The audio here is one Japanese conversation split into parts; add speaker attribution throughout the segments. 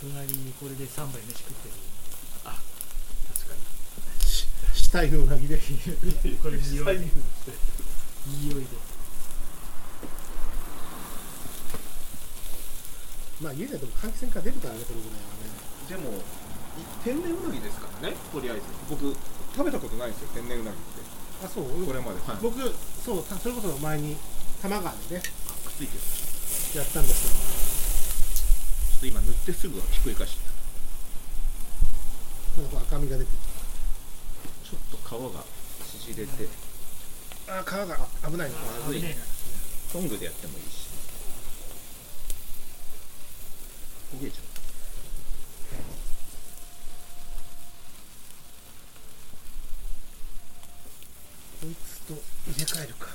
Speaker 1: 隣にこれで3杯飯食ってる
Speaker 2: あ確かに
Speaker 3: し死体のうなぎで
Speaker 1: これ匂い
Speaker 2: 下に
Speaker 1: 匂いで
Speaker 3: まあ家ででも換気扇から出るからねこのぐらいはね
Speaker 2: でもい天然うなぎですからねとりあえず僕食べたことないんですよ天然うなぎって
Speaker 3: あそう
Speaker 2: これまではい
Speaker 3: 僕そうたそれこそ前に多摩川でね
Speaker 2: くっついてるち
Speaker 3: やったんです
Speaker 2: ょっと今塗ってすぐはひっくり返して
Speaker 3: けどなんかこう赤みが出て
Speaker 2: ちょっと皮が縮れて
Speaker 3: ああ皮が危ないのか
Speaker 2: まずい
Speaker 1: 危ねえな
Speaker 2: トングでやってもいいし焦げちゃう
Speaker 3: こいつと入れ替えるか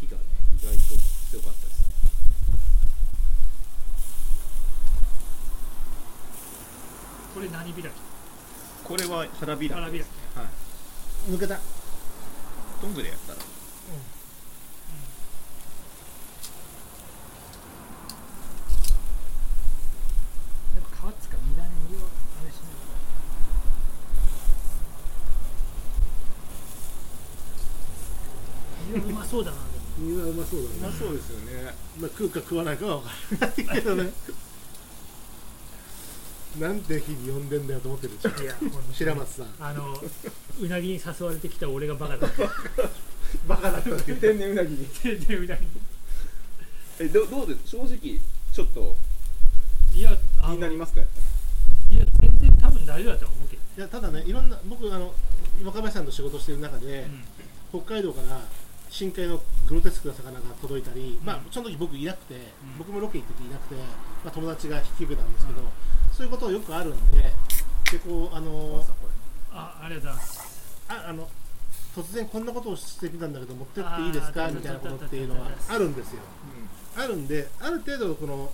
Speaker 2: 火がね意外と強かったですね
Speaker 1: これ何開き
Speaker 2: これは腹びら
Speaker 1: 腹びら
Speaker 2: ですねはい
Speaker 3: 抜けた
Speaker 2: トングでやったら
Speaker 1: やっぱ皮つか身だね身をあれしないと身はうまそうだなでも
Speaker 3: 身はうまそうだね、
Speaker 2: まあそうですよね
Speaker 3: まあ、食うか食わないかは分からないけどね なんて日に呼んでんだよと思ってるじゃん
Speaker 1: いやもう
Speaker 3: 白松さん
Speaker 1: あのうなぎに誘われてきた俺がバ カだって
Speaker 3: バカだったけ
Speaker 2: 天然うなぎに
Speaker 1: 言ってうなぎ
Speaker 2: えどどうです正直ちょっと
Speaker 1: にいやあ
Speaker 2: 気
Speaker 1: の
Speaker 2: になりますかやっぱり
Speaker 1: いや全然多分大丈夫だと思うけどね
Speaker 3: いやただねいろんな僕あの若林さんと仕事してる中で、
Speaker 1: う
Speaker 3: 北海道から深海のグロテスクな魚が届いたり、
Speaker 1: うん
Speaker 3: まあ、その時僕いなくて、
Speaker 1: ん
Speaker 3: 僕もロケ行ってていなくて、まあ、友達が引き受けたんですけど、
Speaker 1: うん
Speaker 3: そういうことよくあるんででこうあの
Speaker 2: さこれ
Speaker 1: んあありがとうございます
Speaker 3: ああの突然こんなことをしてみたんだけど持ってっていいです
Speaker 1: あ
Speaker 3: か
Speaker 1: ー
Speaker 3: みたいなことっていうのはあるんですよあるんである程度この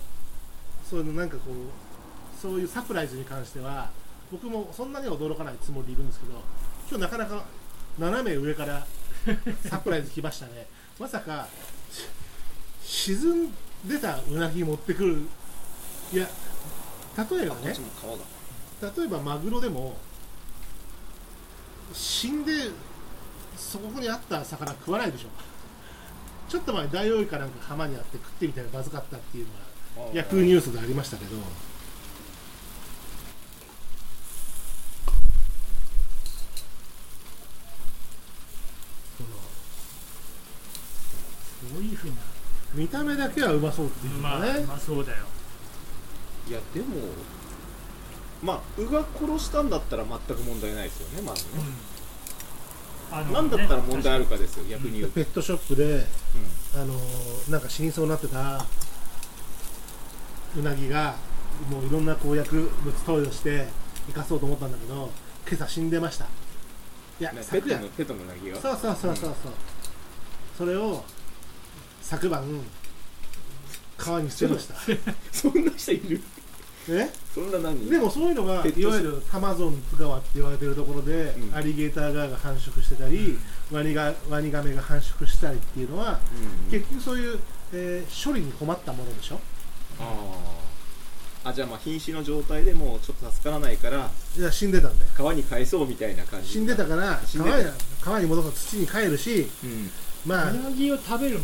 Speaker 3: そういうのなんかこうそういうサプライズに関しては僕もそんなには驚かないつもりでいるんですけど今日なかなか斜め上からサプライズ来ましたね まさかし沈んでたうなぎ持ってくるいや例えば
Speaker 2: こっ
Speaker 3: ね
Speaker 2: ちも皮が
Speaker 3: 例えばマグロでも死んでそこにあった魚食わないでしょちょっと前ダイオウイカなんか浜にあって食ってみたらまずかったっていうのはヤフーニュースでありましたけどその
Speaker 1: どういうふうな
Speaker 3: 見た目だけはうまそうっていうの
Speaker 1: ま
Speaker 3: は
Speaker 1: あ
Speaker 3: ね、
Speaker 1: まあそうだよ
Speaker 2: いやでもまあ鵜が殺したんだったら全く問題ないですよねまずね、
Speaker 1: あ
Speaker 2: なんだったら問題あ
Speaker 1: る
Speaker 2: るかですよ逆に言うと、
Speaker 3: ペットショップで
Speaker 2: うん
Speaker 3: あのーなんか死にそうになってたうなぎがもういろんなこう薬物投与して生かそうと思ったんだけど今朝死んでましたいや
Speaker 2: ねペ
Speaker 3: 昨
Speaker 2: ット
Speaker 3: 夜
Speaker 2: のペットのうなぎが
Speaker 3: そうそうそうそうそう、それを昨晩川に捨てました
Speaker 2: そんな人いる
Speaker 3: え
Speaker 2: そんな何
Speaker 3: でもそういうのがい
Speaker 2: ペットショッ
Speaker 3: わゆるタマゾン川って言われてるところで、
Speaker 2: うん
Speaker 3: アリゲーターガーが繁殖してたり、ワニがワニガメが繁殖したりっていうのは
Speaker 2: うん
Speaker 3: 結局そういう、えー処理に困ったものでしょ
Speaker 2: あーあじゃあまあ瀕死の状態でもうちょっと助からないから
Speaker 3: いや死んでたんだよ
Speaker 2: 川に返そうみたいな感じ
Speaker 3: 死んでたから
Speaker 2: 死んでた
Speaker 3: 川に川に戻すと土に帰るし
Speaker 2: うん
Speaker 3: まあ
Speaker 1: うなぎを食べるや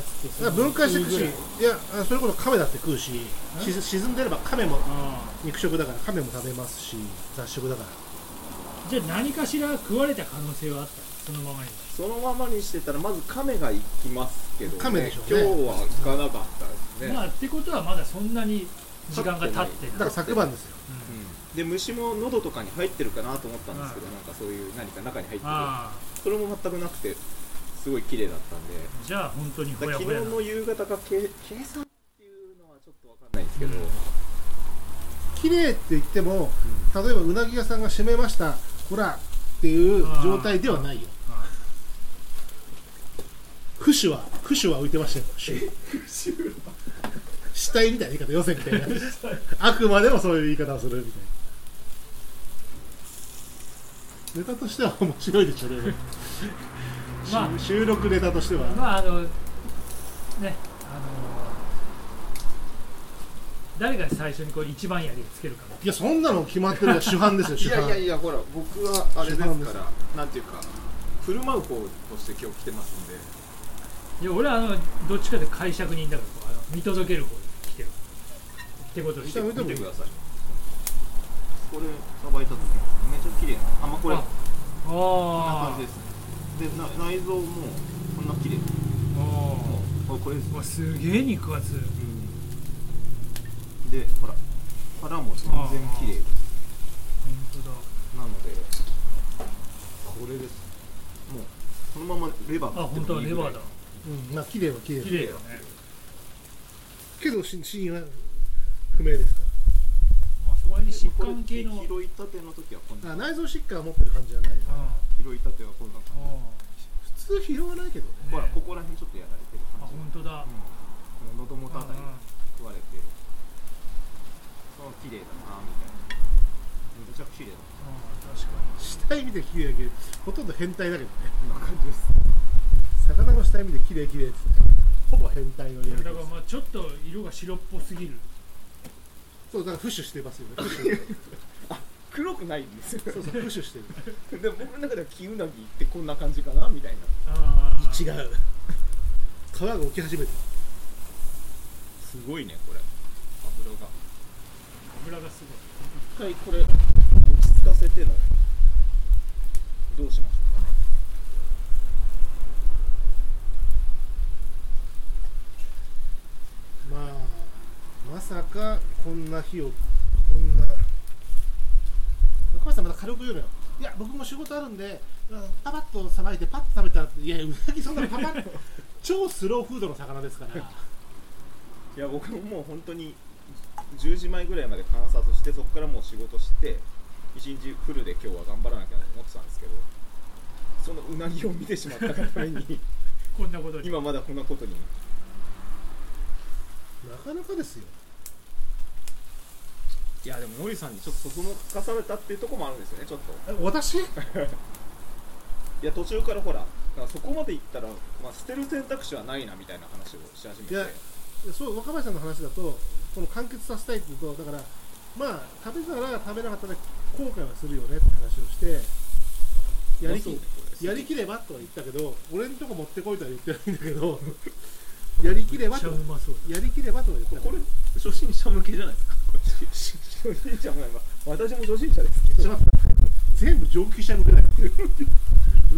Speaker 1: つって
Speaker 3: まあ分解していくし
Speaker 1: うん
Speaker 3: いやあそれこそ亀だって食うしし沈んでれば亀も肉食だから亀も食べますし雑食だか
Speaker 1: じゃあ何かしら食われた可能性はあったそのままに
Speaker 2: そのままにしてたらまず亀が行きますけど、ね、
Speaker 3: 亀でしょうね
Speaker 2: 今日は行かなかったですね、
Speaker 1: まあってことはまだそんなに時間が経ってない
Speaker 3: らだから昨晩ですよ
Speaker 2: うんで虫も喉とかに入ってるかなと思ったんですけど、なんかそういう何か中に入ってる
Speaker 1: あ
Speaker 2: それも全くなくてすごい綺麗だったんで
Speaker 1: あじゃあ本当にほ
Speaker 2: だから
Speaker 1: やほ
Speaker 2: 昨
Speaker 1: やな
Speaker 2: 日の夕方がけ計算っていうのはちょっとわかんないですけど、
Speaker 1: うん
Speaker 3: 綺麗って言っても例えばうなぎ屋さんが閉めましたほらっていう状態ではないよ
Speaker 1: あ
Speaker 3: クシュはクシュは浮いてましたよシュ死体みたいな言い方よせみたいなあくまでもそういう言い方をするみたいなネタとしては面白いでしょね、
Speaker 1: ま
Speaker 3: し収録ネタとしては、
Speaker 1: あまああのねあの誰が最初にこう一番槍をつけるか
Speaker 3: いやそんなの決まってるよ主犯ですよ
Speaker 2: い
Speaker 3: 主
Speaker 2: や
Speaker 3: 犯
Speaker 2: いやいやほら僕はあれですか
Speaker 3: 主犯です
Speaker 2: らなんていうか振る舞う方として今日来てますんで
Speaker 1: いや俺はあのどっちかで解釈人だからあの見届ける方に来てるってことで
Speaker 2: 見
Speaker 1: して
Speaker 2: て
Speaker 1: る
Speaker 2: 見てください
Speaker 4: これさばいた時めっちゃ綺麗なあんまこれ
Speaker 1: あ
Speaker 4: こんな
Speaker 1: あ
Speaker 4: 感
Speaker 1: あ
Speaker 4: じですねでな内臓もこんな綺麗あこれです
Speaker 1: うわすげえ肉厚
Speaker 4: でほら腹も全然綺麗です
Speaker 1: 本当だ
Speaker 4: なのでこれですもうこのままレバー
Speaker 1: あ本当はレバーだ
Speaker 3: うんまあ綺麗は綺麗
Speaker 1: 綺麗よね
Speaker 3: けどし死因は不明ですか
Speaker 1: まあそこに疾
Speaker 4: 疾
Speaker 1: 患
Speaker 4: 患
Speaker 1: 系
Speaker 4: 系
Speaker 1: の
Speaker 4: の拾いたての時はこん
Speaker 3: ら
Speaker 4: な
Speaker 3: あ内臓疾患を持ってる感じじゃないよね
Speaker 1: あ
Speaker 4: 拾いたてはこんな
Speaker 1: あ
Speaker 3: 普通拾わないけどね
Speaker 1: ね
Speaker 4: ほらここら辺ちょっとやられてる
Speaker 1: あ
Speaker 4: 感じ
Speaker 1: 本当だ
Speaker 4: うん喉元あたりが食われてあ綺麗だなみたいなめちゃくちゃ綺麗だ
Speaker 1: あ確か
Speaker 3: 死体見て綺麗だけどほとんど変態だけどね
Speaker 4: なこんな感じです
Speaker 3: 魚の死体見て綺麗綺麗っつってほぼ変態のリアル
Speaker 1: にだからまあちょっと色が白っぽすぎる
Speaker 3: そうだからフッシュしてますよ ねフッシュ
Speaker 2: 黒くないんです よ
Speaker 3: そうそうフッシュして る
Speaker 2: でも僕の中ではキウナギってこんな感じかなみたいな
Speaker 1: ああ
Speaker 3: 違う皮が起き始めて
Speaker 2: すごいねこれ油が
Speaker 1: 油がす
Speaker 2: 一回これ落ち着かせてのどうしましょうかね
Speaker 3: まあまさかこんな日をこんなお母さんまた軽く言うのよいや僕も仕事あるんでうんパパッとさばいてパッと食べたらいやうなぎそんなパパ ッと超スローフードの魚ですから
Speaker 2: いや僕ももう本当に10時前ぐらいまで観察してそこからもう仕事して一日フルで今日は頑張らなきゃなと思ってたんですけどそのうなぎを見てしまったがために
Speaker 1: ごいこんなことに
Speaker 2: 今まだこんなことに
Speaker 3: なかなかですよ
Speaker 2: いやでもノリさんにちょっとそこもつかされたっていうところもあるんですよねちょっと
Speaker 3: え私
Speaker 2: いや途中からほらなんかそこまで行ったら、まあ、捨てる選択肢はないなみたいな話をし始めて
Speaker 3: いやそう若林さんの話だとこの完結させたいっていうとだからまあ食べたら食べなかったら後悔はするよねって話をしてやり
Speaker 2: そう
Speaker 3: き
Speaker 2: ねこれ
Speaker 3: やりきればとは言ったけど俺んとこ持ってこいとは言ってないんだけどやりきれ
Speaker 1: め
Speaker 3: ば
Speaker 1: っちゃ
Speaker 3: と
Speaker 1: うまそう
Speaker 3: やりきればとは言ってない
Speaker 2: これ初心者向けじゃないですかこっち初心者もないわ私も初心者ですけど
Speaker 3: ちょっと待って全部上級者向けだよふ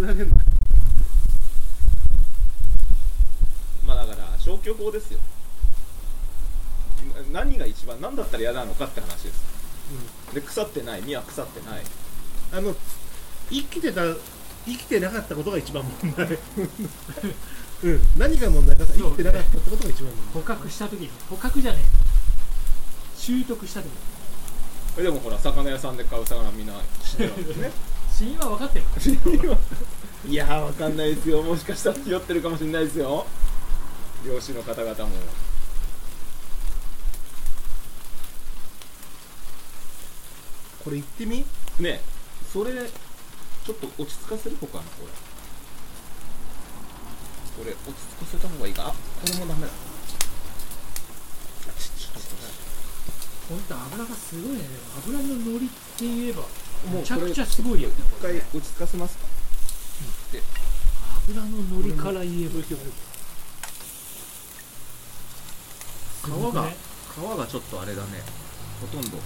Speaker 3: ざけんな
Speaker 2: まあだから消去法ですよな何が一番何だったら嫌なのかって話ですで腐ってない身は腐ってない
Speaker 3: あの生きてた生きてなかったことが一番問題 うん何が問題か生きてなかったってことが一番問題
Speaker 1: 捕獲した時に捕獲じゃねえ習得した時に
Speaker 2: えでもほら魚屋さんで買う魚みんな知ってるんですね
Speaker 1: 死因は分かってるから
Speaker 2: いやーわかんないですよもしかしたら酔ってるかもしれないですよ漁師の方々も
Speaker 3: これ言ってみ
Speaker 2: ねそれちょっと落ち着かせるのかなこれこれ落ち着かせた方がいいかあこれもダメだちちょっとね
Speaker 1: 本当油がすごいねでも油の乗りって言えば
Speaker 2: もうこれ
Speaker 1: めちゃくちゃすごいよね
Speaker 2: 一
Speaker 1: これ
Speaker 2: 回
Speaker 1: ね
Speaker 2: 落ち着かせますか
Speaker 1: 油の乗りから言えば
Speaker 4: 皮が
Speaker 1: ね
Speaker 4: 皮がちょっとあれだねほとんど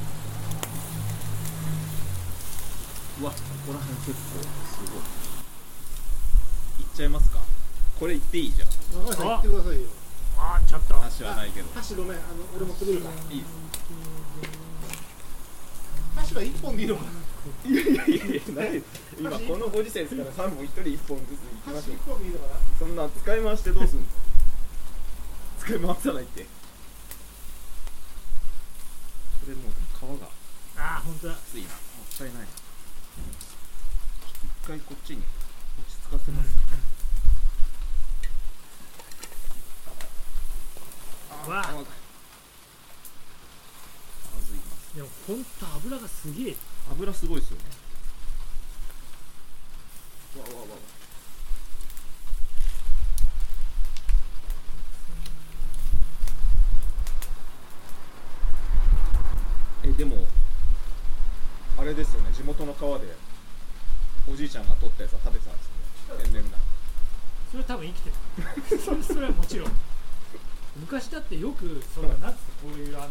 Speaker 4: うわここら辺結構すごい
Speaker 2: いっちゃいますかこれいっていいじゃん
Speaker 3: 若林さん言ってくださいよ
Speaker 1: あちょっと
Speaker 2: 足はないけど
Speaker 3: 箸ごめんあの俺持ってくるから
Speaker 2: いいです
Speaker 3: 箸は1本でいいのか
Speaker 2: いやいやいやない今このご時世ですから3本1人1本ずついきまし
Speaker 3: 箸
Speaker 2: ょう
Speaker 3: 1本でいいのかな
Speaker 2: そんな使い回してどう すんの使い回さないってこれもう皮が
Speaker 1: あ本当だ
Speaker 2: 熱いなもったいない一回こっちに落ち着かせます、
Speaker 1: うわ
Speaker 2: あまずいな
Speaker 1: でも本当油がすげえ
Speaker 2: 油すごいですよねわわわわ
Speaker 1: あ
Speaker 2: でもあれですよね地元の川でおじいちゃんが取ったやつは食べてたんですよね天然だ
Speaker 1: それは多分生きてる それはもちろん昔だってよくそのなんつうのこういうあの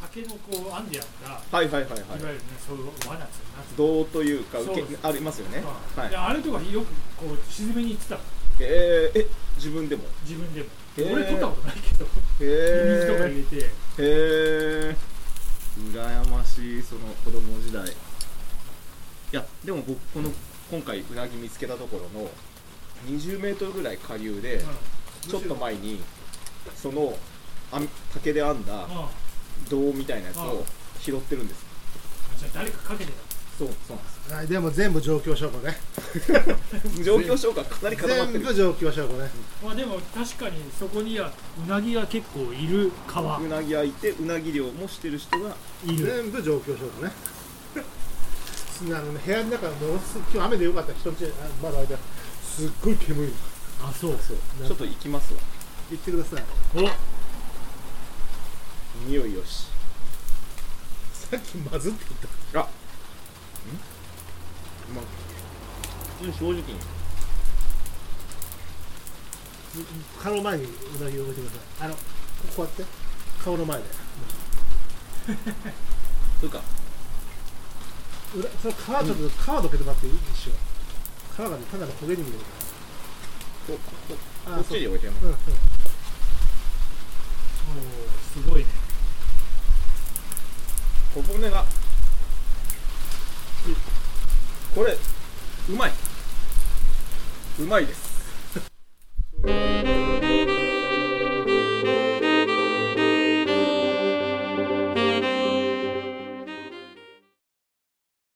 Speaker 1: タケノコアンディアンが
Speaker 2: はいはいはい
Speaker 1: いわ
Speaker 2: はい
Speaker 1: ゆるねそういう罠っつうのなんつうの
Speaker 2: 銅というか受
Speaker 1: そう
Speaker 2: け
Speaker 1: です
Speaker 2: ありますよね
Speaker 1: うん
Speaker 2: はい
Speaker 1: であれとかよくこう沈めに行ってたの
Speaker 2: えー、え自分でも
Speaker 1: 自分でも、
Speaker 2: へー
Speaker 1: 俺取ったことないけど
Speaker 2: へ
Speaker 1: 水とか入
Speaker 2: え
Speaker 1: れて
Speaker 2: へえ羨ましいその子供時代いやでも僕この今回うなぎ見つけたところの2 0ルぐらい下流で、ちょっと前にそのあん竹で編んだ
Speaker 1: うんうんあ
Speaker 2: 銅みたいなやつを拾ってるんです
Speaker 1: じゃあ誰かかけて
Speaker 2: そうそうなんです
Speaker 3: はい、でも全部状況証拠ね
Speaker 2: 状況証拠がかなり固まって
Speaker 3: 全
Speaker 2: る
Speaker 3: 部状況証拠ね
Speaker 1: たまあでも確かにそこにはうなぎが結構いる川
Speaker 2: うなぎ焼いてうなぎ漁もしてる人が
Speaker 1: いる
Speaker 3: 全部状況証拠ね あのね部屋の中ものすごい今日雨でよかった人んちあまだ開いてあるすっごい煙い
Speaker 1: あそう
Speaker 2: そうちょっと行きますわ
Speaker 3: 言ってください
Speaker 1: お
Speaker 2: 匂いよし
Speaker 3: さっきまずって言った
Speaker 2: あんまあ正直に
Speaker 3: 顔の前にうなぎを置いてくださいあのこうやって顔の前で
Speaker 2: というか
Speaker 3: うらその皮ちょっと、皮どけてもらっていい一瞬皮がねただの焦げに見えるか
Speaker 2: ここ
Speaker 3: ら
Speaker 2: こっちに置いてんの
Speaker 3: そううんうん
Speaker 1: おーすごいね
Speaker 2: 小骨がこれうまいうまいです